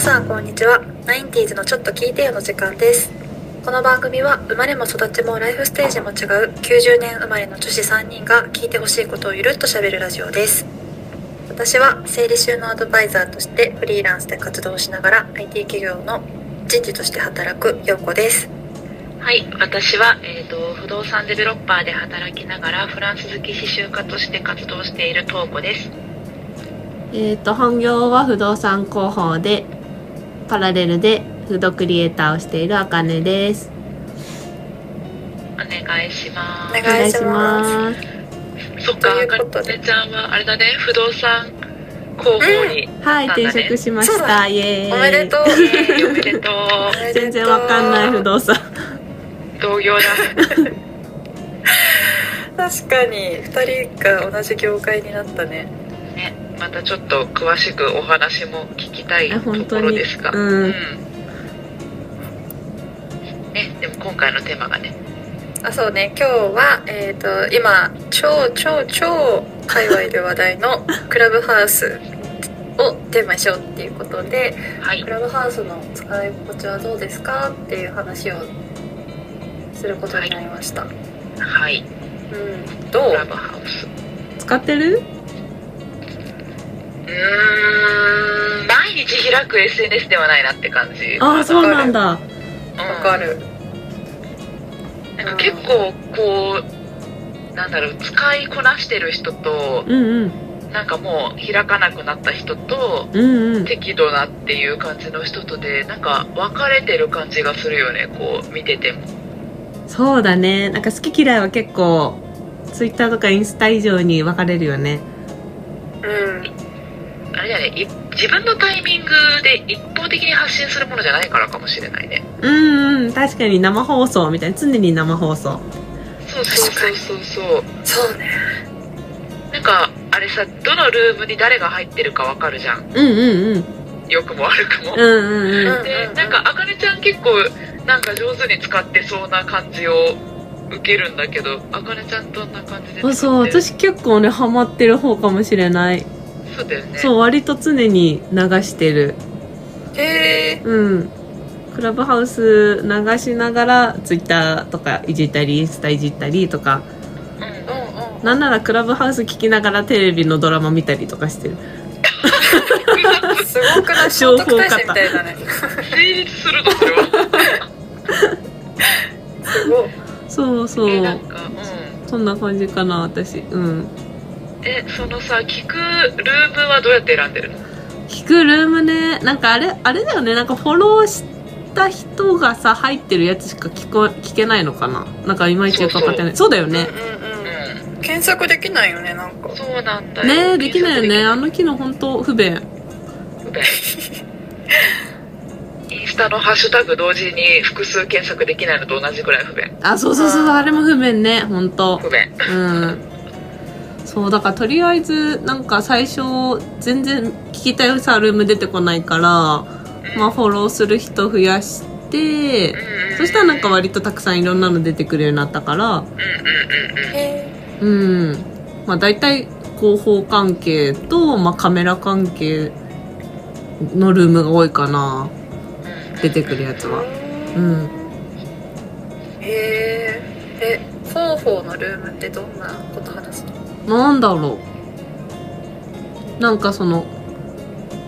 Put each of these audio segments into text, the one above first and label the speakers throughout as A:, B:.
A: さんこんにちは。ナインティーズのちょっと聞いてよの時間です。この番組は生まれも育ちもライフステージも違う90年生まれの女子3人が聞いてほしいことをゆるっと喋るラジオです。私は整理収納アドバイザーとしてフリーランスで活動しながら IT 企業の人事として働くようこです。
B: はい、私は、えー、と不動産デベロッパーで働きながらフランス好き刺繍家として活動している東子です
C: えー、と本業は不動産広報でパラレルでフードクリエイターをしているあかねです。
B: お願いしま
A: お願いします
C: お願いし
B: すそっか
A: とい
B: あ
A: うこ
B: か
A: とで
B: ねちゃんはあれだね不動産広報に、
C: ますはい、
B: そうだね
C: 転職しま
A: そ
C: し
A: うだ
C: た。イエーイ。
A: おめでとう。
B: おめでとう
C: 全然わかんない不動産。
B: 同業だ
A: 確かに2人が同じ業界になったね
B: ねまたちょっと詳しくお話も聞きたい
C: あ
B: と
C: 本
B: こ
C: 当
B: ろ
C: に。
B: ですが
C: う。
B: うんんね、でも今回のテーマがね
A: あそうね今日は、えー、と今超超超界隈で話題のクラブハウスをテーマにしようっていうことで
B: はい
A: クラブハウスの使い心地はどうですかっていう話をすることになりました、
B: はい
A: うんど
B: クラ
A: う
B: ブハウス
C: 使ってる
B: うーん毎日開く SNS ではないなって感じ
C: ああ、そうなんだ。
B: うん
A: わかる
B: なんか結構こうなんだろう使いこなしてる人と
C: うんうん。
B: なんかもう開かなくなった人と
C: うんうん。
B: 適度なっていう感じの人とでなんか分かれてる感じがするよねこう見てても
C: そうだね。なんか好き嫌いは結構、ツイッターとかインスタ以上に分かれるよね。
A: うん
B: あれだよねい自分のタイミングで一方的に発信するものじゃないからかもしれないね
C: うんうん。確かに生放送みたいな。常に生放送。
B: そうそうそうそうそう
A: そうね
B: なんかあれさどのルームに誰が入ってるか分かるじゃん
C: うんうんうん。
B: 良くも悪くも
C: うんうんうん。
B: で
A: うんうん
B: なんかあかねちゃん結構なんか上手に使ってそうな感じを受けるんだけどあかねちゃんどんな感じで使って
C: あ
B: る
C: そう私結構ねハマってる方かもしれない、
B: そうだよね
C: そう割と常に流してる
A: へえ
C: うんクラブハウス流しながらツイッターとかいじったりインスタいじったりとか
B: うんうん
A: うんうん
C: なんならクラブハウス聞きながらテレビのドラマ見たりとかしてる
A: すごくない聖
C: 情報
A: 徳
C: 型
A: 太子みたいだね
B: 成立するのそれは
A: すごい
C: そうそう、
B: えなんかうん
C: そんな感じかな私うん
B: えそのさ聞くルームはどうやって選んでるの
C: 聞くルームねなんかあれあれだよねなんかフォローした人がさ入ってるやつしか聞こ聞けないのかななんかいまいちよく分かってないそうだよね、
A: うんうん
B: う
A: うん検索できないよねなんか
B: んそうなんだよ
C: ねえできないよねあ
B: の
C: の機能本当不便
B: インスタのハッシュタグ同時に複数検索できないのと同じくらい不便
C: あそうそうそうあれも不便ね本当
B: 不便
C: うんそうだからとりあえずなんか最初全然聞きたいさルーム出てこないからまあフォローする人増やしてそしたらなんか割とたくさんいろんなの出てくるようになったから
B: うんうんうんうん
A: へえ
C: うんまあ大体広報関係と、まあ、カメラ関係のルームが多いかな出てくるやつはうん
A: へええフォーフォーのルームってどんなこと話すの
C: なんだろうなんかその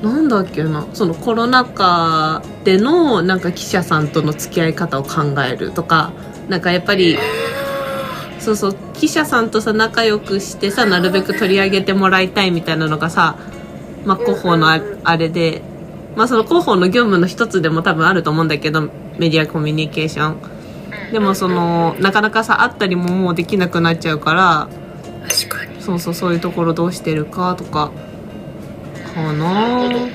C: なんだっけなそのコロナ禍でのなんか記者さんとの付き合い方を考えるとかなんかやっぱりそうそう記者さんとさ仲良くしてさなるべく取り上げてもらいたいみたいなのがさ、まあ、広報のあ
A: うんうんうん
C: あれで、まあ、その広報の業務の一つでも多分あると思うんだけどメディアコミュニケーションでもそのなかなかさ会ったりももうできなくなっちゃうから
A: 確かに
C: そうそうそういうところどうしてるかとかかな
B: なるほ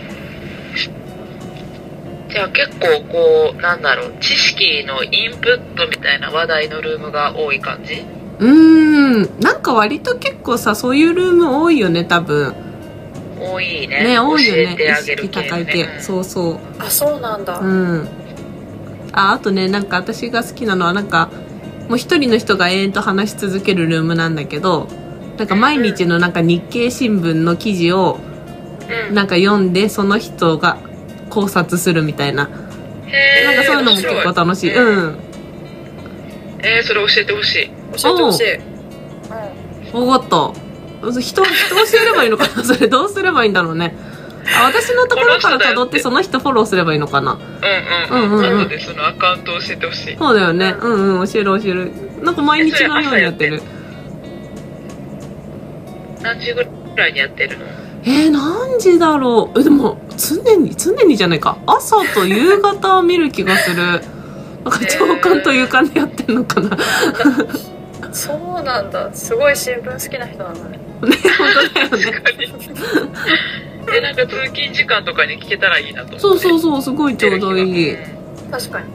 B: どじゃあ結構こうなんだろう知識のインプットみたいな話題のルームが多い感じ
C: うーんなんか割と結構さそういうルーム多いよね多分
B: 多いね
C: ね多いよ
B: 教
C: ね
B: えて
C: 意
B: あげ
C: 識
B: る系
C: 高い
B: ね
C: 系そうそう
A: あそうなんだ、
C: うんああとねなんか私が好きなのはなんかもう一人の人が永遠と話し続けるルームなんだけどなんか毎日のなんか日経新聞の記事を
B: うん
C: なんか読んでその人が考察するみたいな、
B: へえ
C: なんかそういうのも結構楽し
B: 面
C: い、
B: 白い
C: うん
B: えー、それ教えてほしい
A: 教えてほしい。
C: わかった人人を教えればいいのかな それどうすればいいんだろうねあ私のところから辿ってその人フォローすればいいのかな
B: うんうん
C: うんうんうん
B: なのでそのアカウントを教えてほしい
C: そうだよねうんうん教える教えるなんか毎日のようにやってる
B: 何時ぐらいにやってるの
C: えー、何時だろうえでも常に常にじゃないか朝と夕方を見る気がするなんか朝刊と夕刊でやってんのかなね
A: そうなんだ。すごい新聞好きな人なんだね。
C: 本当だよね
B: 確かに えなんか通勤時間とかに聞けたらいいなと思って
C: そうそううそうすごいちょうどいい
A: 確かに。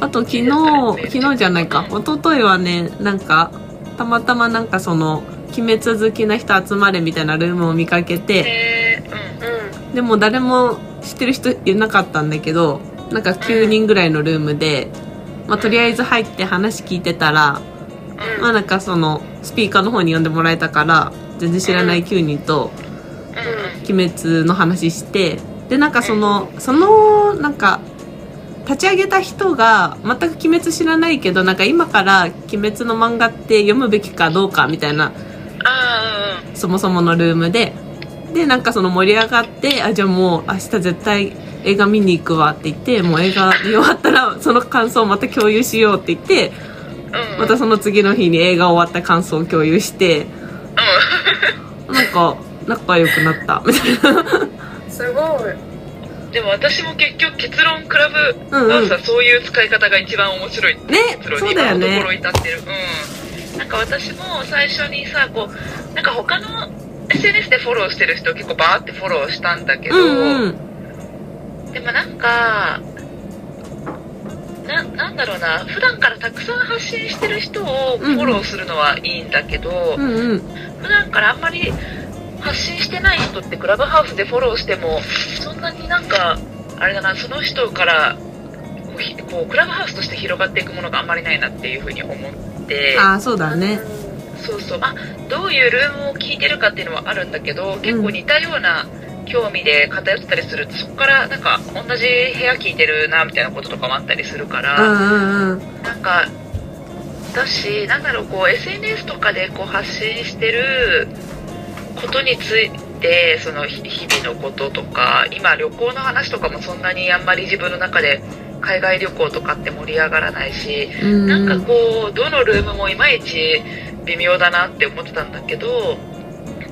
C: あと昨日昨日じゃないか一昨日はねなんかたまたまなんかその「鬼滅好きな人集まれ」みたいなルームを見かけて
B: へえうん
A: う
C: でも誰も知ってる人いなかったんだけどなんか9人ぐらいのルームで、まあ、とりあえず入って話聞いてたら
A: うん
C: まあなんかそのスピーカーの方に呼んでもらえたから全然知らない9人と「鬼滅」の話してでなんかそのそのなんか立ち上げた人が全く「鬼滅」知らないけどなんか今から「鬼滅」の漫画って読むべきかどうかみたいな
B: ああ
C: そもそものルームででなんかその盛り上がってあじゃあもう明日絶対映画見に行くわって言ってもう映画見終わったらその感想をまた共有しようって言って
B: うんうんうん
C: またその次の日に映画終わった感想を共有して
B: う
C: なんか仲良くなったみたいな
A: ん。すごい。
B: ん でも私も結局結論クラブ
C: うん
B: ハ
C: う
B: ウ
C: ん
B: スはそういう使い方が一番面白い
C: ね
B: 結論
C: そ
B: に
C: う
B: 今
C: だよ
B: のとこ
C: ね
B: ろ至ってるうんなんか私も最初にさこうなんか他の SNS でフォローしてる人を結構バーってフォローしたんだけ
C: う
B: ど、
C: んうん
B: でもなんかななんだろうな普段からたくさん発信してる人をフォローするのはいいんだけど、
C: うんうん
B: 普段からあんまり発信してない人ってクラブハウスでフォローしてもそんなになんかあれだなその人からこうひこうクラブハウスとして広がっていくものがあんまりないなっていうふうに思って
C: ああそうだね
B: そうそうあどういうルームを聞いてるかっていうのはあるんだけど結構似たような興味で偏ってたりするとそこからなんか同じ部屋聞いてるなみたいなこととかもあったりするか
C: う
B: ら。
C: んうんうん
B: なんかだし、なんだろう、こう SNS とかでこう発信してることについて、その日日々のこととか、今、旅行の話とかもそんなにあんまり自分の中で海外旅行とかって盛り上がらないし、
C: うん
B: なんかこう、どのルームもいまいち微妙だなって思ってたんだけど、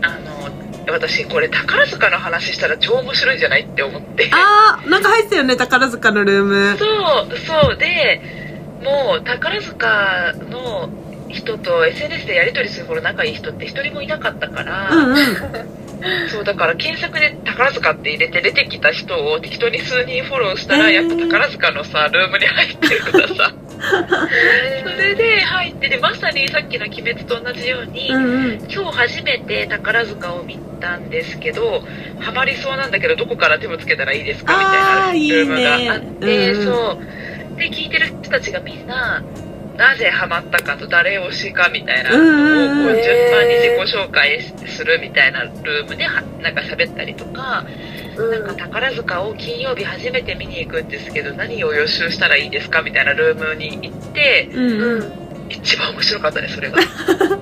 B: あの私、これ、宝塚の話したら超面白いんじゃないって思って。
C: あーなんか入ってたよね宝塚のルーム
B: そうそうでもう宝塚の人と SNS でやり取りするほど仲いい人って一人もいなかったから、
C: うんうん
B: そうだから検索で宝塚って入れて出てきた人を適当に数人フォローしたら、
C: へー
B: やっぱ宝塚のさルームに入ってるからさ それで入ってでまさにさっきの「鬼滅」と同じように、
C: うんうん
B: 今日初めて宝塚を見たんですけどハマりそうなんだけどどこから手をつけたらいいですかみ
C: あー
B: たい
C: いい
B: な
C: ね
B: ルームがあって
C: うんうん
B: そうで聞いてる人たちがみんななぜハマったかと誰推しかみたいなの
C: うんうん
B: をこ
A: へ
B: う
A: ー
B: 順番に自己紹介するみたいなルームではなんか喋ったりとか
A: うん。
B: なんか宝塚を金曜日初めて見に行くんですけど何を予習したらいいですかみたいなルームに行って
C: うん
A: う
C: うんん。
B: 一番面白かったねそれがなんか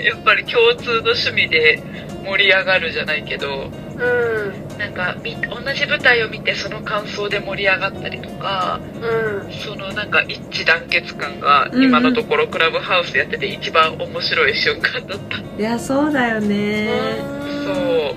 B: やっぱり共通の趣味で盛り上がるじゃないけど
A: うん。
B: なんかみ同じ舞台を見てその感想で盛り上がったりとか
A: うん。
B: そのなんか一致団結感が
C: うんうん
B: 今のところクラブハウスやってて一番面白い瞬間だった、
C: いやそうだよね
B: そう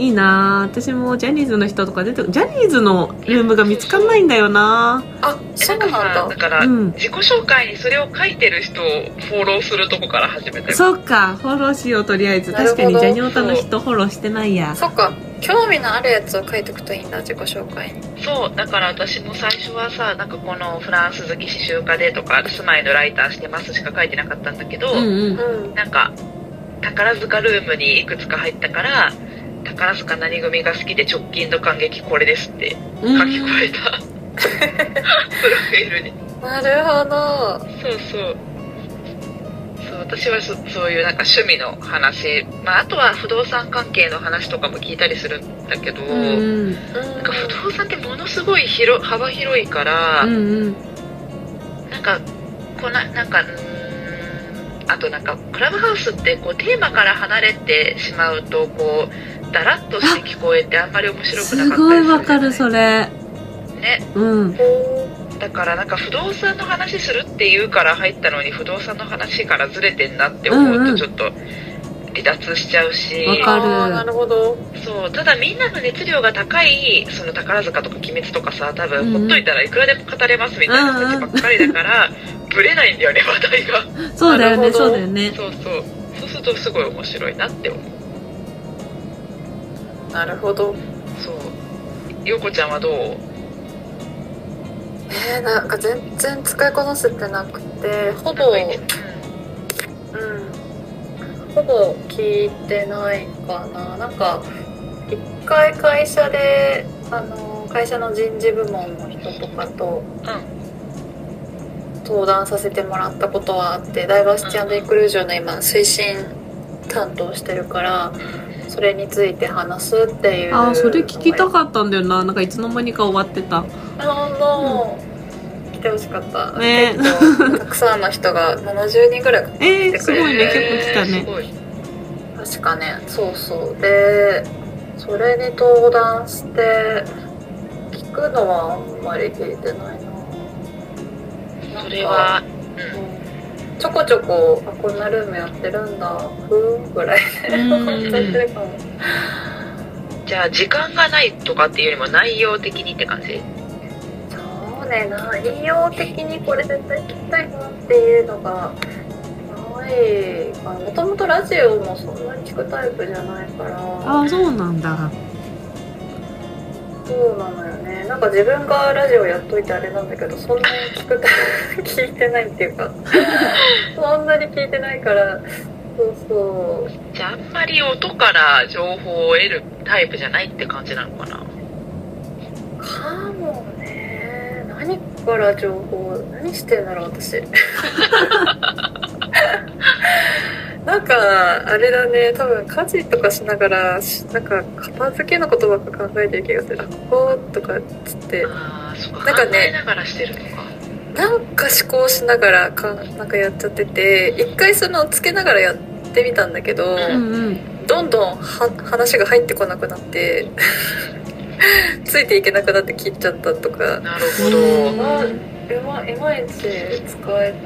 C: いいなー私もジャニーズの人とか出てジャニーズのルームが見つかんないんだよな
A: あ、そうなん
B: かさ
A: だ
B: だ。から、
C: うん
B: 自己紹介にそれを書いてる人をフォローするとこから始めたよ
C: そっかフォローしようとりあえず
A: なるほ
C: 確
A: ど
C: かにジャニオタの人フォローしてないや
A: そっか。興味のあるやつを書いておくといいんだ、自己紹介に。
B: そうだから私も最初はさなんかこのフランス好き刺繍家でとか住まいのライターしてますしか書いてなかったんだけど、
C: うんう
A: うんん。
B: なんか宝塚ルームにいくつか入ったから宝塚何組が好きで直近の感激これですって
C: う
B: 書
C: ん
B: き加え た、プロフィールに
A: なるほど。
B: そうそうそう私はそそういうなんか趣味の話、まあ、あとは不動産関係の話とかも聞いたりするんだけど、
C: うん
B: なんか不動産ってものすごい広幅広いから、
C: うんうん
B: なんかこななんかうーんあとなんかクラブハウスってこうテーマから離れてしまうとこうだらっとして聞こえてあんまり面白くなか
C: す
B: ったりする
C: ごい
B: じゃな
C: わかるそれ
B: ね
C: うん
B: だからなんか不動産の話するって言うから入ったのに不動産の話からずれてんなって思
C: うんう
B: うんとちょっと離脱しちゃうし、
C: わかる
A: あーなるほど。
B: そうただみんなの熱量が高いその宝塚とか鬼滅とかさ多
C: うん
B: 分
C: うん
B: ほっといたらいくらでも語れますみたいな人たちばっかりだから、ブレないんだよね話題が
C: そうだよ
A: な
C: ね
A: るほど
C: そうだよね
B: そうそうそうするとすごい面白いなって思う
A: なるほど。
B: そう陽子ちゃんはどう
A: えー、なんか全然使いこなせてなくて、ほぼ、
B: なんか一
A: うん。ほぼ聞いてないかな。なんか、一回会社で、あの、会社の人事部門の人とかと、登壇させてもらったことはあって、ダイバーシティインクルージョンの今、推進担当してるから、それについて話すっていう。
C: あーそれ聞きたかったんだよななんかいつの間にか終わってた
A: なるほど。来てほしかった。
C: ね
A: 結構たくさんの人が70人ぐらいか
C: えー、すごいね
A: へー
C: 結構来た
B: す
C: ね
B: ごい
A: 確かね。そうそう。で、それに登壇して、聞くのはあんまり聞いてないな。
B: それ
A: な
B: は
A: んか、うんちょこちょこ、あ、こんなルームやってるんだ、ふーんぐらい で、やって
C: う
A: るかも。
B: じゃあ時間がないとかっていうよりも内容的にって感じ
A: そうね、内容的にこれ絶対聞きたいなっていうのがないかな。もともとラジオもそんなに聞くタイプじゃないから、
C: あーそうなんだ
A: そうなのよね。なんか自分がラジオやっといてあれなんだけど、そんなに聞くタイプ、聞いてないっていうか、そんなに聞いてないから、そうそう。
B: じゃああんまり音から情報を得るタイプじゃないって感じなのかな
A: かもね何から情報何してんだろう 私なんかあれだね多分家事とかしながらしなんか片付けのことばっか考えてる気がするあこことかっつって
B: ああそっか
A: なんかね
B: 考えながらしてるのか
A: なんか思考しながらかなんかやっちゃってて一回そのつけながらやってみたんだけど、
C: うんうん
A: どんどんは話が入ってこなくなって ついていけなくなって切っちゃったとか
B: なるほど
C: うん
A: まあいまいまいち使え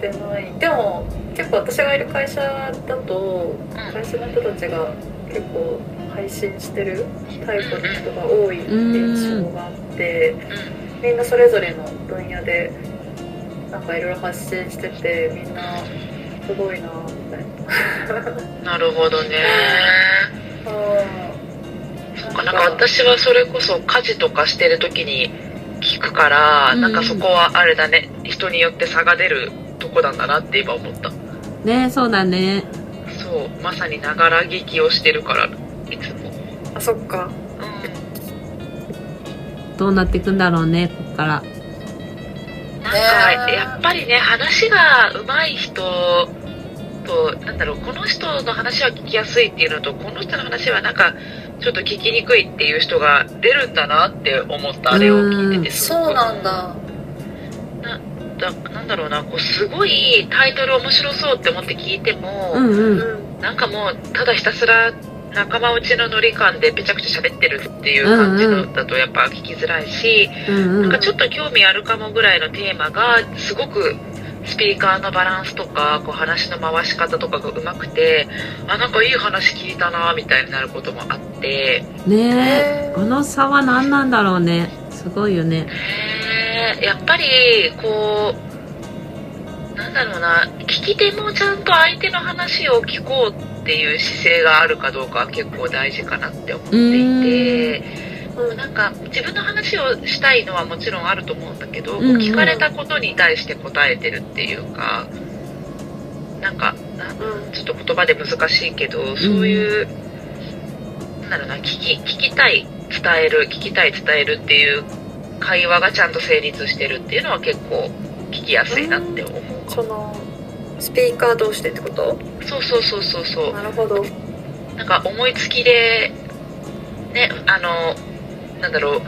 A: てないでも結構私がいる会社だと会社の人たちが結構配信してるタイプの人が多い印象があってみんなそれぞれの分野でなんかいろいろ発信しててみんなすごいなみたい
B: うんなるほどね
A: な。
B: そっかなんか私はそれこそ家事とかしてる時に聞くから、
C: うん
B: なんかそこはあれだね人によって差が出るとこなんだなって今思った
C: ねそうだね
B: そうまさにながら聞きをしてるからいつも
A: あそっか
B: う
C: どうなっていくんだろうねこっから
B: んなんかやっぱりね話が上手い人となんだろうこの人の話は聞きやすいっていうのとこの人の話はなんかちょっと聞きにくいっていう人が出るんだなって思ったあれを聞いててすごく
A: だ
B: だなんだろうなこうすごいタイトル面白そうって思って聞いても、
C: うんう
A: うんん
B: なんかもうただひたすら仲間内のノリ感でぺちゃくちゃ喋ってるっていう感じのだとやっぱ聞きづらいし、
C: うんう
B: なん
C: ん
B: かちょっと興味あるかもぐらいのテーマがすごくスピーカーのバランスとかこう話の回し方とかがうまくてあなんかいい話聞いたなみたいになることもあって
C: ねえ
A: え
C: この差は何なんだろうねすごいよね
B: へーやっぱりこうなんだろうな聞き手もちゃんと相手の話を聞こうっていう姿勢があるかどうかは結構大事かなって思っていて。
A: うん
B: なんか自分の話をしたいのはもちろんあると思うんだけど、
C: うんうん
B: 聞かれたことに対して答えてるっていうかなんかなちょっと言葉で難しいけどそういう、なんだろうな聞き聞きたい伝える聞きたい伝えるっていう会話がちゃんと成立してるっていうのは結構聞きやすいなって思うか
A: そのスピーカー同士でってこと
B: そうそうそうそうそう
A: なるほど
B: なんか思いつきでねあのなんだろう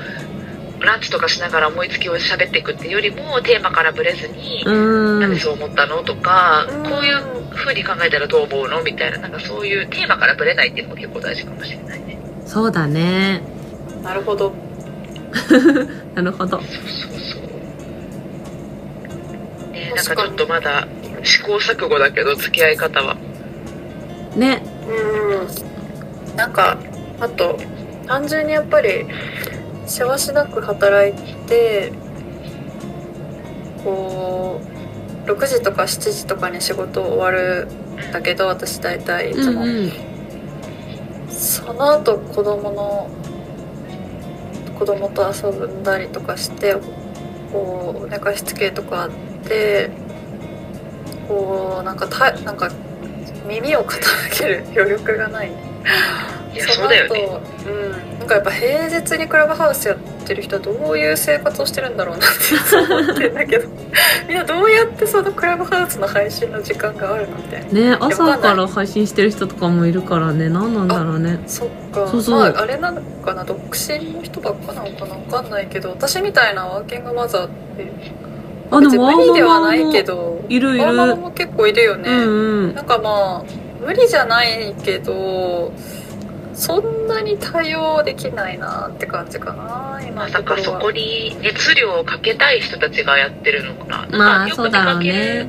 B: ランチとかしながら思いつきを喋っていくっていうよりもテーマからぶれずに
C: う、ー
B: なん
C: ん
B: でそう思ったのとか、
A: うん
B: こういう風に考えたらどう思うのみたいななんかそういうテーマからぶれないっていうのも結構大事かもしれないね
C: そうだね
A: なるほど
C: なるほど
B: そうそうそうねなん
A: 確か
B: か
A: に
B: ちょっとまだ試行錯誤だけど付き合い方は
C: ね
A: うんなんかあと単純にやっぱりしわしなく働いてこう6時とか7時とかに仕事終わるんだけど私大体いつ
C: うん
A: も、
C: うん
A: その後子供の子供と遊んだりとかしてこう寝かしつけとかあってこうなんかたなんか耳を傾ける余力がない
B: いやそうだよね
A: の後うんなんかやっぱ平日にクラブハウスやってる人はどういう生活をしてるんだろうなっていつも思ってんだけど みんなどうやってそのクラブハウスの配信の時間があるのみたいな
C: ね朝から配信してる人とかもいるからね何なんだろうね
A: そっか
C: そうそう
A: まあ、あれなのかな独身の人ばっかなのかなわかんないけど私みたいなワーキングマザーって
C: あで
A: 別に
C: もワー
A: 無理では
C: ママ
A: ない
C: も
A: け
C: い
A: ど
C: るい
A: ワーママ
C: る
A: も結構いるよね、
C: うんうん
A: なんかまあ無理じゃないけどそんなに対応できないなって感じかな今
B: ま
A: の
B: さ
A: とこ
B: か
A: ろ
B: そ
A: は
B: こに熱量をかけたい人たちがやってるのかな
C: ま
B: なん
C: あ
B: か
C: そうだろうね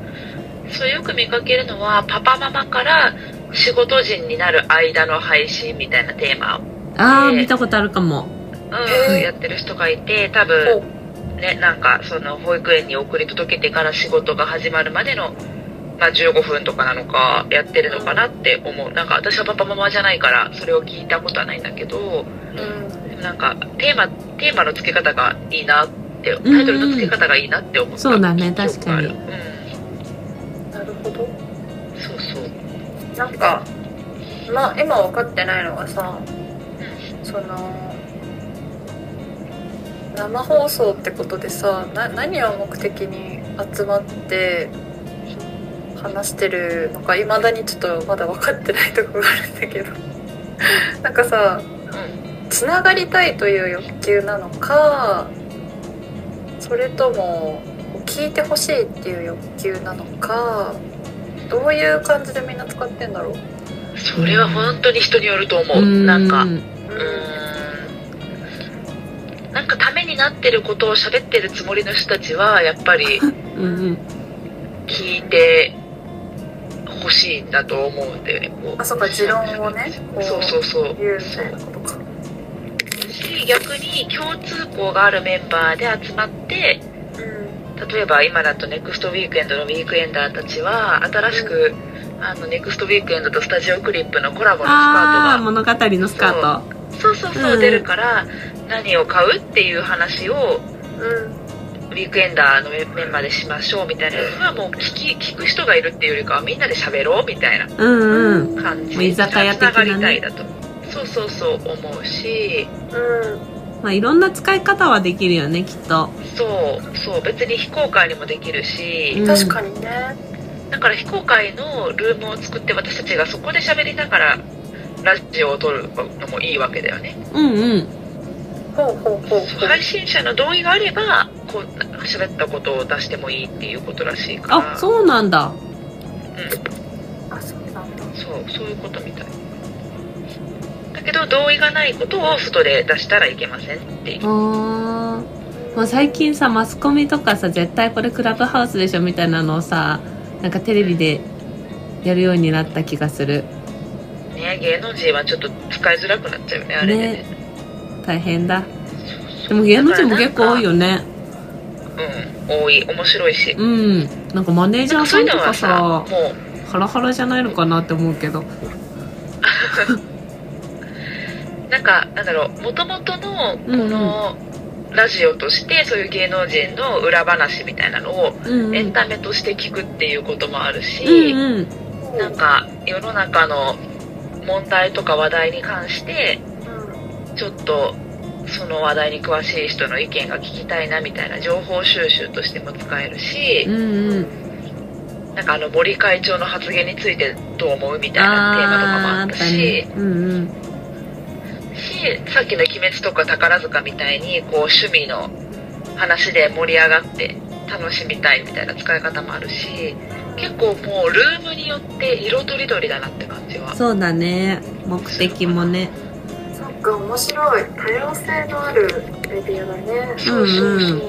B: そうよく見かけるのはパパママから仕事人になる間の配信みたいなテーマを、
C: ああ見たことあるかも
B: うん
A: へえ
B: やってる人がいて多分ねなんかその保育園に送り届けてから仕事が始まるまでの、まあ、15分とかなのかやってるのかなって思うなんか私はパパママじゃないからそれを聞いたことはないんだけど
A: うん
B: でもなんかテーマテーマの付け方がいいなってタイトルの付け方がいいなって思った
C: そうだね
B: 記憶がある
C: 確
B: う
A: なるほど
B: んそうそう
A: なんかまあ今分かってないのがさその生放送ってことでさな何を目的に集まって話してるのかいまだにちょっとまだ分かってないとこがあるんだけど なんかさ
B: うん
A: つながりたいという欲求なのかそれとも聞いてほしいっていう欲求なのかどういう感じでみんな使ってんだろう、
B: それは本当に人によると思う、
C: うん
B: なんか
A: う
B: うーんなんかためになってることを喋ってるつもりの人たちはやっぱり
C: うんうん
B: 聞いてほしいんだと思うんだよねこう
A: あそうか持論をねこう
B: そうそうそう
A: 言うみたいなことか
B: し逆に共通項があるメンバーで集まって
A: うん
B: 例えば今だとネクストウィークエンドのウィークエンダーたちは新しく、あのネクストウィークエンドとスタジオクリップのコラボのス
C: ああ
B: カートが
C: 物語のスカート
B: そうそうそう、
C: うん
B: 出るから何を買うっていう話を
A: う
B: ウィークエンダーのメンバーでしましょうみたいなのはもう聞き聞く人がいるっていうよりかはみんなで喋ろうみたいな
C: うんうん
A: ん
B: 感じ
C: もう居酒屋的なね
B: つがりたいだとそうそうそう思うし
A: う
C: まあ、いろんな使い方はできるよねきっと
B: そうそう別に非公開にもできるし、
A: ん、確かにね。
B: だから非公開のルームを作って私たちがそこで喋りながらラジオを撮るのもいいわけだよね
C: うんうん
A: ほうほうほうほう。
B: 配信者の同意があればこう喋ったことを出してもいいっていうことらしいから
C: あそうなんだ
A: あ、そうなんだ。
B: そうそういうことみたいだけど同意がないことを外で出したらいけませんっていう
C: あーもう最近さマスコミとかさ絶対これクラブハウスでしょみたいなのをさなんかテレビでやるようになった気がする
B: ね芸能人はちょっと使いづらくなっちゃうよねあれでね
C: ね大変だでも芸能人も結構多いよね
B: うん多い面白いし
C: うんなんかマネージャーさんとか
B: なん
C: さ
B: かそういうのはさ
C: ハラハラじゃないのかなって思うけど
B: もうなんかなんだろうもともとのこのラジオとしてそういう芸能人の裏話みたいなのを
C: うんうん
B: エンタメとして聞くっていうこともあるし、
C: うんうん
B: なんか世の中の問題とか話題に関してちょっとその話題に詳しい人の意見が聞きたいなみたいな情報収集としても使えるし
C: う、んうん
B: なんかあの森会長の発言についてどう思うみたいなテーマとかもあったし
C: あーあったねうんうん
B: しさっきの「鬼滅」とか宝塚みたいにこう趣味の話で盛り上がって楽しみたいみたいな使い方もあるし結構もうルームによって色とりどりだなって感じは
C: そうだね目的もね
A: そっか面白い多様性のあるレビューだね
B: そうそうそう、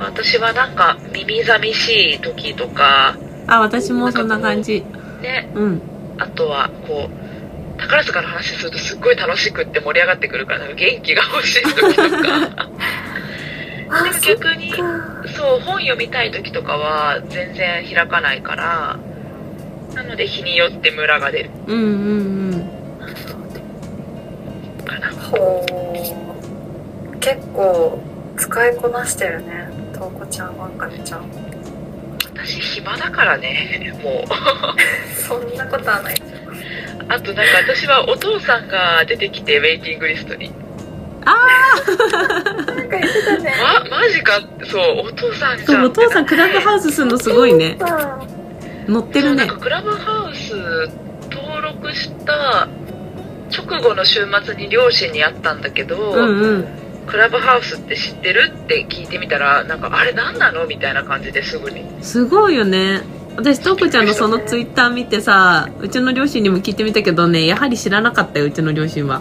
B: 私はなんか耳寂しい時とか
C: あ私もそんな感じ
B: ね
C: うん
B: あとはこう宝塚の話するとすっごい楽しくって盛り上がってくるから元気が欲しい時とか
A: あそっ
B: 逆に
A: か
B: そう本読みたい時とかは全然開かないからなので日によってムラが出る
C: うんうんうん
B: かな
A: ほう結構使いこなしてるねとうこちゃんわんかねちゃん
B: 私暇だからねもう
A: そんなことはない
B: あとなんか私はお父さんが出てきてウェイティングリストに
A: なんか言ってたね
B: まマジかそうお父さんじ
C: そ
B: ゃん
C: うお父さんクラブハウスするのすごいね
A: あ
C: 乗って
B: そう
C: る
B: なん
C: ね
B: かクラブハウス登録した直後の週末に両親に会ったんだけど、
C: うんうん
B: クラブハウスって知ってるって聞いてみたらなんかあれ何なのみたいな感じですぐに
C: すごいよね私とうこちゃんのそのツイッター見てさうちの両親にも聞いてみたけどねやはり知らなかったようちの両親は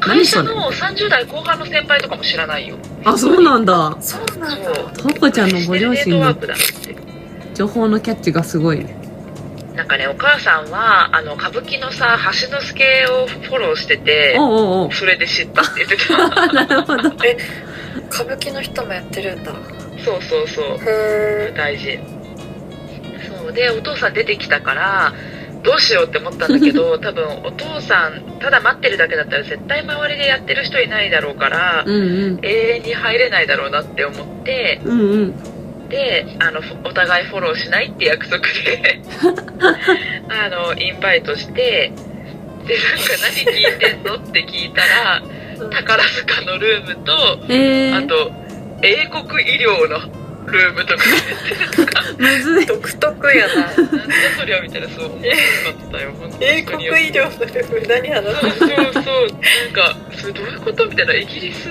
B: 会社の30代後半の先輩とかも知らないよ
C: あそうなんだ
A: そう
B: そ
A: なんだ
B: う
C: とうこちゃんのご両
B: 知ってるネット
C: 親
B: ワ
C: の
B: ークだな
C: 情報のキャッチがすごいね
B: ってなんかねお母さんはあの歌舞伎のさ橋之助をフォローしてて
C: おうおうお う
B: それで知ったって言って た
C: なるほど
A: 歌舞伎の人もやってるんだ
B: そうそうそう
A: へ
B: 大事そうでお父さん出てきたからどうしようって思ったんだけ ど多分お父さんただ待ってるだけだったら絶対周りでやってる人いないだろうから、
C: うんうん
B: 永遠に入れないだろうなって思って
C: うんうん
B: であのお互いフォローしないって約束 であのインバイトしてでなんか何聞いてんのって聞いたら宝塚のルームと
C: え
B: あ
C: ー、
B: と英国医療のルームとか
C: むずい
A: 独特やな
B: なんだそりゃみたいなそう思ってしまったよ本当に
A: 英国医療のルーム何話
B: そうそうそうなんかそれどういうことみたいなイギリス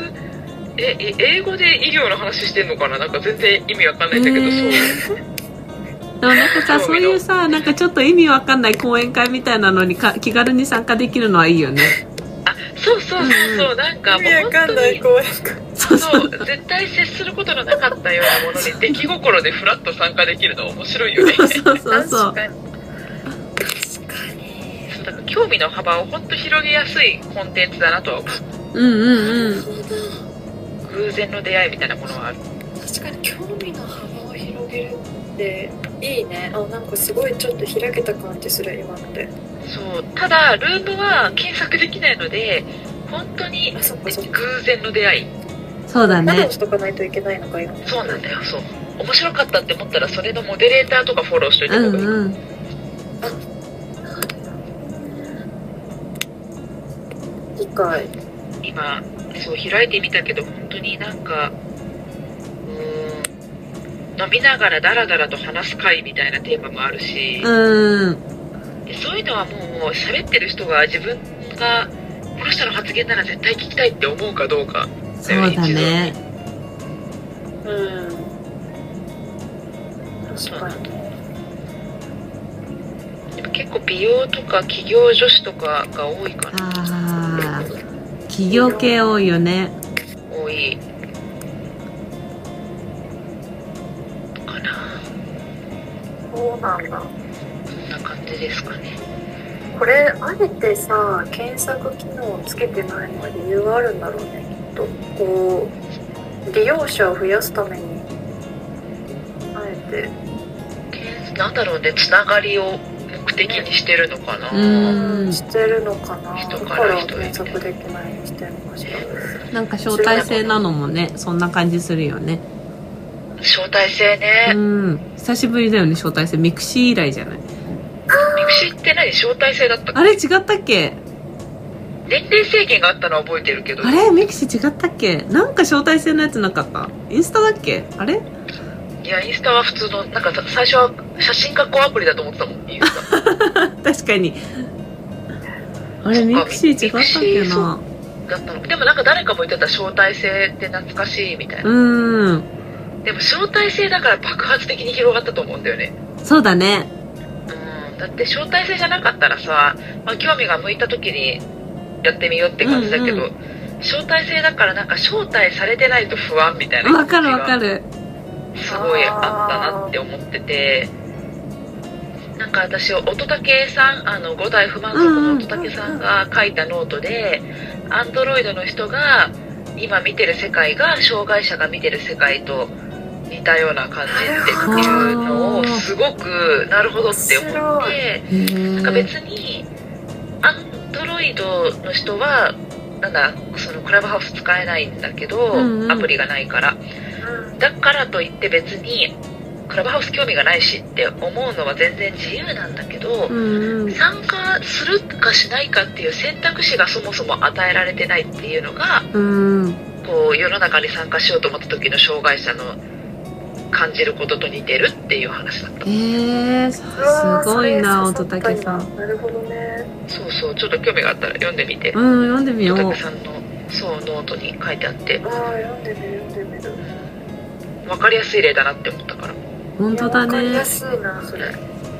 B: ええ英語で医療の話してんのかななんか全然意味わかんないんだけど、
C: えー
B: そう
C: でもなんかさ
B: 興
C: そう
B: 味の
C: いうさなんかちょっと意味わかんない講演会みたいなのにか気軽に参加できるのはいいよね
B: あそうそうそうそう、なんか
A: 意味
B: もう
A: わかん
B: 本当
A: ない
B: に
A: 公演
C: そうそ
B: そうう絶対接することのなかったようなもの に出来心でフラッと参加できるのは面白いよね
C: そうそうそうそう
A: かに確かに
B: そうだから興味の幅を本当広げやすいコンテンツだなとは思
C: うんうんうん
B: う偶然の出会いみたいなものはある
A: 確かに興味の幅を広げるっていいねあなんかすごいちょっと開けた感じする今ので
B: そうただルームは検索できないので本当に
A: あそっかそっか
B: 偶然の出会い
C: そうだ
A: 何を
C: ね
A: しとかないといけないのか今
B: そうなんだよそう面白かったって思ったらそれのモデレーターとかフォローしといた
C: う
B: 方
C: ん
B: がいい、
C: うん
A: 理解
B: 今そう開いてみたけど本当になんかうーん飲みながらダラダラと話す会みたいなテーマもあるし、
C: うん
B: でそういうのはもう喋ってる人が自分がこの人の発言なら絶対聞きたいって思うかどうか
C: そうだね
A: うん確
B: そう
A: か
B: な
A: に
B: んだやっぱ結構美容とか企業女子とかが多いかな
C: あー企業系多いよね
B: 多いかな
A: そうなんだ
B: こんな感じですかね
A: これあえてさ検索機能をつけてないのは理由があるんだろうねきっとこう利用者を増やすためにあえて
B: えなんだろうねつながりを目的にしてるのかな、
C: うん
A: してるのかな
B: 人
A: だ
B: か
A: からら
B: 人へね
A: 検索できないようにしてるのかしら
C: なんか招待制なのもねそんな感じするよね
B: 招待制ね、
C: うん久しぶりだよね招待制ミクシー以来じゃない
B: ミクシーって何招待制だった
C: あれ違ったっけ
B: 年齢制限があったのは覚えてるけど
C: あれミクシー違ったっけなんか招待制のやつなかったインスタだっけあれ
B: いやインスタは普通のなんかさ最初は写真加工アプリだと思ってたもんインスタ
C: 確かにあれミクシー違ったっけ
B: ミクシ
C: な
B: ーだったのでもなんか誰かも言ってた招待制って懐かしいみたいうな、
C: ーん
B: でも招待制だから爆発的に広がったと思うんだよね
C: そうだね
B: うんだって招待制じゃなかったらさ、まあ、興味が向いた時にやってみようって感じだけど、
C: うんう
B: 招待制だからなんか招待されてないと不安みたいな
C: わかるわか
B: る
C: る
B: すごいあったなって思っててなんか私乙武さんあの五代不満足の乙武さんが書いたノートでアンドロイドの人が今見てる世界が障害者が見てる世界と似たような感じっていうのをすごくなるほどって思って。
C: へ
B: なんか
C: え
B: 別にアンドロイドの人はなんだそのクラブハウス使えないんだけど、
C: うんうん
B: アプリがないからだからといって別にクラブハウス興味がないしって思うのは全然自由なんだけど、
C: うんうん
B: 参加するかしないかっていう選択肢がそもそも与えられてないっていうのが
C: うん
B: こう世の中に参加しようと思った時の障害者の感じることと似てるっていう話だった
C: えー、
A: うん
C: すごいな乙武さんうん
A: んなるほどね
B: そうそうちょっと興味があったら読んでみて
C: 読んでみよ
B: おた
C: う
B: けさんのそうノートに書いてあって
A: ああ読んでみる読んでみる
B: 分かりやすい例だなって思ったから
C: 本当だ
A: わかり
C: ね
A: やすいなそれ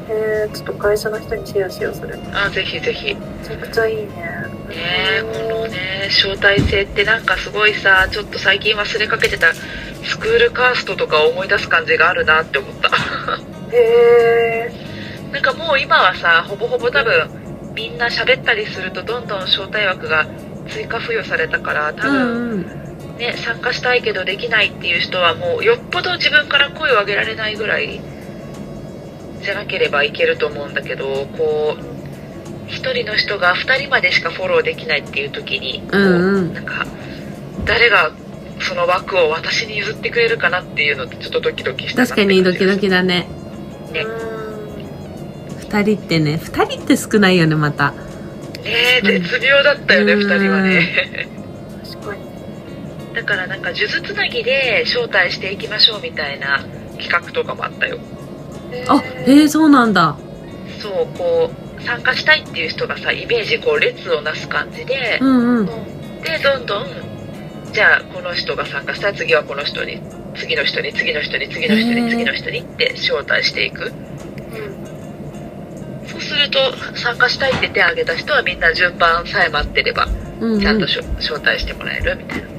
A: えー、ちょっと会社の人にシェアしようそれめ
B: あぜひぜひね
A: ちゃくちゃいいね
B: えこのね招待制ってなんかすごいさちょっと最近忘れかけてたスクールカーストとかを思い出す感じがあるなって思った
A: へえ
B: なんかもう今はさほぼほぼ多分みんな喋ったりするとどんどん招待枠が追加付与されたから多
C: う
B: 分
C: んうん
B: ね、参加したいけどできないっていう人はもうよっぽど自分から声を上げられないぐらいじゃなければいけると思うんだけどこう1人の人が2人までしかフォローできないっていう時に、こ
C: うんうん
B: なんか誰がその枠を私に譲ってくれるかなっていうのってちょっとドキドキしたなって
C: 確かにドキド
B: 感じ
C: キだね
B: ね
A: うん
C: 二人ってね二人って少ないよねまた
B: ねえ絶妙だったよね、
C: うん
B: 2人はね
A: 確かに
B: だからなんか数珠つなぎで招待していきましょうみたいな企画とかもあったよ
C: あへえそうなんだ
B: そうこう参加したいっていう人がさイメージこう列をなす感じで
C: う、んうん
B: でどんどんじゃあこの人が参加したら次はこの人に次の人に次の人に次の人に
C: へー
B: 次の人にって招待していくそうすると参加したいって手を挙げた人はみんな順番さえ待ってれば
C: うんうん
B: ちゃんとしょ、招待してもらえるみたいな
C: へ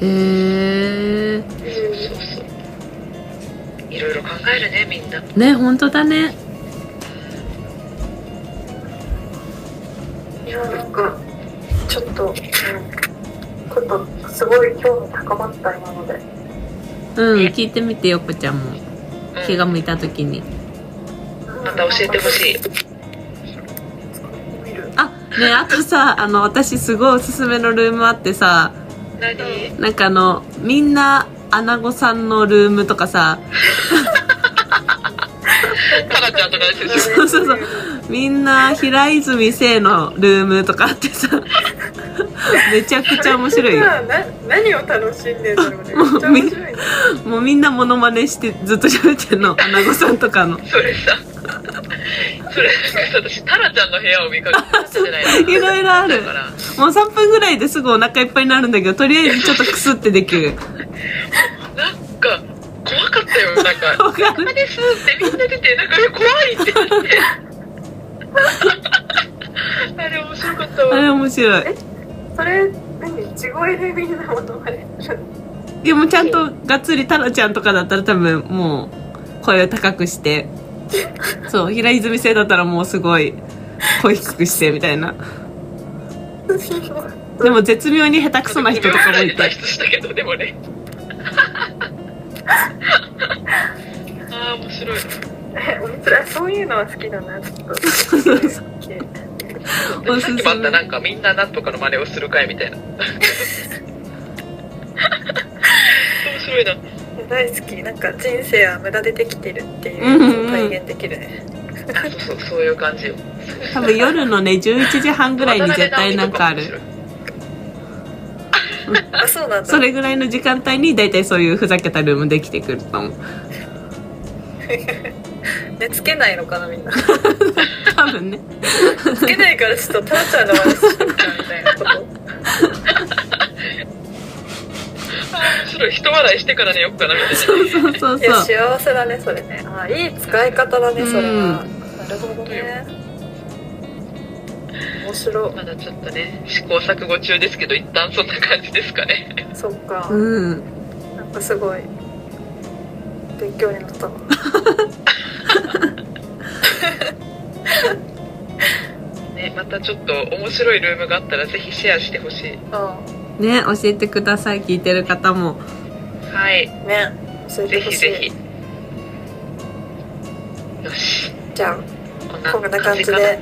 C: え
A: うん
B: そうそういろいろ考えるねみんな
C: ね本当だね
A: いやなんかちょっと、うん、ちょっとすごい興味高まった今ので
C: うん
B: ね
C: 聞いてみてよこちゃんも
B: うん
C: 気が向いた時に
A: ま
B: また教えてほしい
C: あねあとさあの私すごいおすすめのルームあってさ
B: 何
C: なんかあのみんな穴子さんのルームとかさ
B: タラちゃんとかですよ
C: そうそうそうみんな平泉聖のルームとかあってさ めちゃくちゃ 面白いよ
A: 何を楽しんでんだろうね
C: も
A: め
C: う
A: っちゃ面白いね
C: もうみんなモノマネしてずっと喋ってんの穴子さんとかの
B: それさ、それなんかさ、私、タラちゃんの部屋を見かけてない
C: いろいろある
B: だから、
C: もう3分ぐらいですぐお腹いっぱいになるんだけどとりあえずちょっとクスってでき
B: な
C: る
B: んか、怖かったよ、なんか、
C: わかる
B: あですってみんな出て、なんか怖いってな って。あれ面白かった
C: あ
B: わ。
C: れ面白い
A: それ何地声でみんなものまねする
C: でもちゃんとがっつりタラちゃんとかだったら多分もう声を高くしてそう平泉聖だったらもうすごい声低くしてみたいなでも絶妙に下手くそな人とかもい
B: 脱
C: て
B: 出したけど、でもね。ああ、面白い。
A: そういうのは好きだなちょっと
C: お
B: さっ
C: す
B: き
C: す
B: もあった、
C: め
B: なんかみんななんとかの真似をするかいみたいな。面白いな。
A: 大好きなんか人生は無駄でできてるってい
C: うんうんう
A: うん体現できるね
B: あそうそうそういう感じよ
C: 多分夜のね11時半ぐらいに絶対なんかある
A: あそうなんだ
C: それぐらいの時間帯に大体そういうふざけたルームできてくると思う
A: 寝つけないのかなみんな
C: 多分ね
A: つけないからちょっとタラちゃんの話しちゃうみたいなこと
B: 面白い人笑いしてから寝よっかなみたいな
C: そうそうそう
A: いや
C: そう
A: 幸せだねそれねあいい使い方だねそれは、なるほどね面白
B: まだちょっとね試行錯誤中ですけど一旦そんな感じですかね
A: そっか、
C: うん
A: なんかすごい勉強になったわ
B: ねまたちょっと面白いルームがあったらぜひシェアしてほしい
A: うん
C: ね教えてください聞いてる方も
B: はい
A: ね教え
B: ぜ
A: てほ
B: ひ
A: しい
B: ぜひよし
A: じゃ
B: こん
A: あ
B: な
A: こんな感じ
B: かな
A: で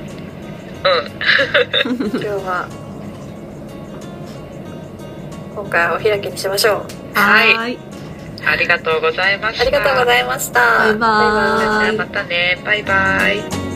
B: うん
A: 今日は今回はお開きにしましょう
B: はい
C: ーい
B: ありがとうございました
A: ありがとうございました
C: バイバーイ
B: またねバイバイ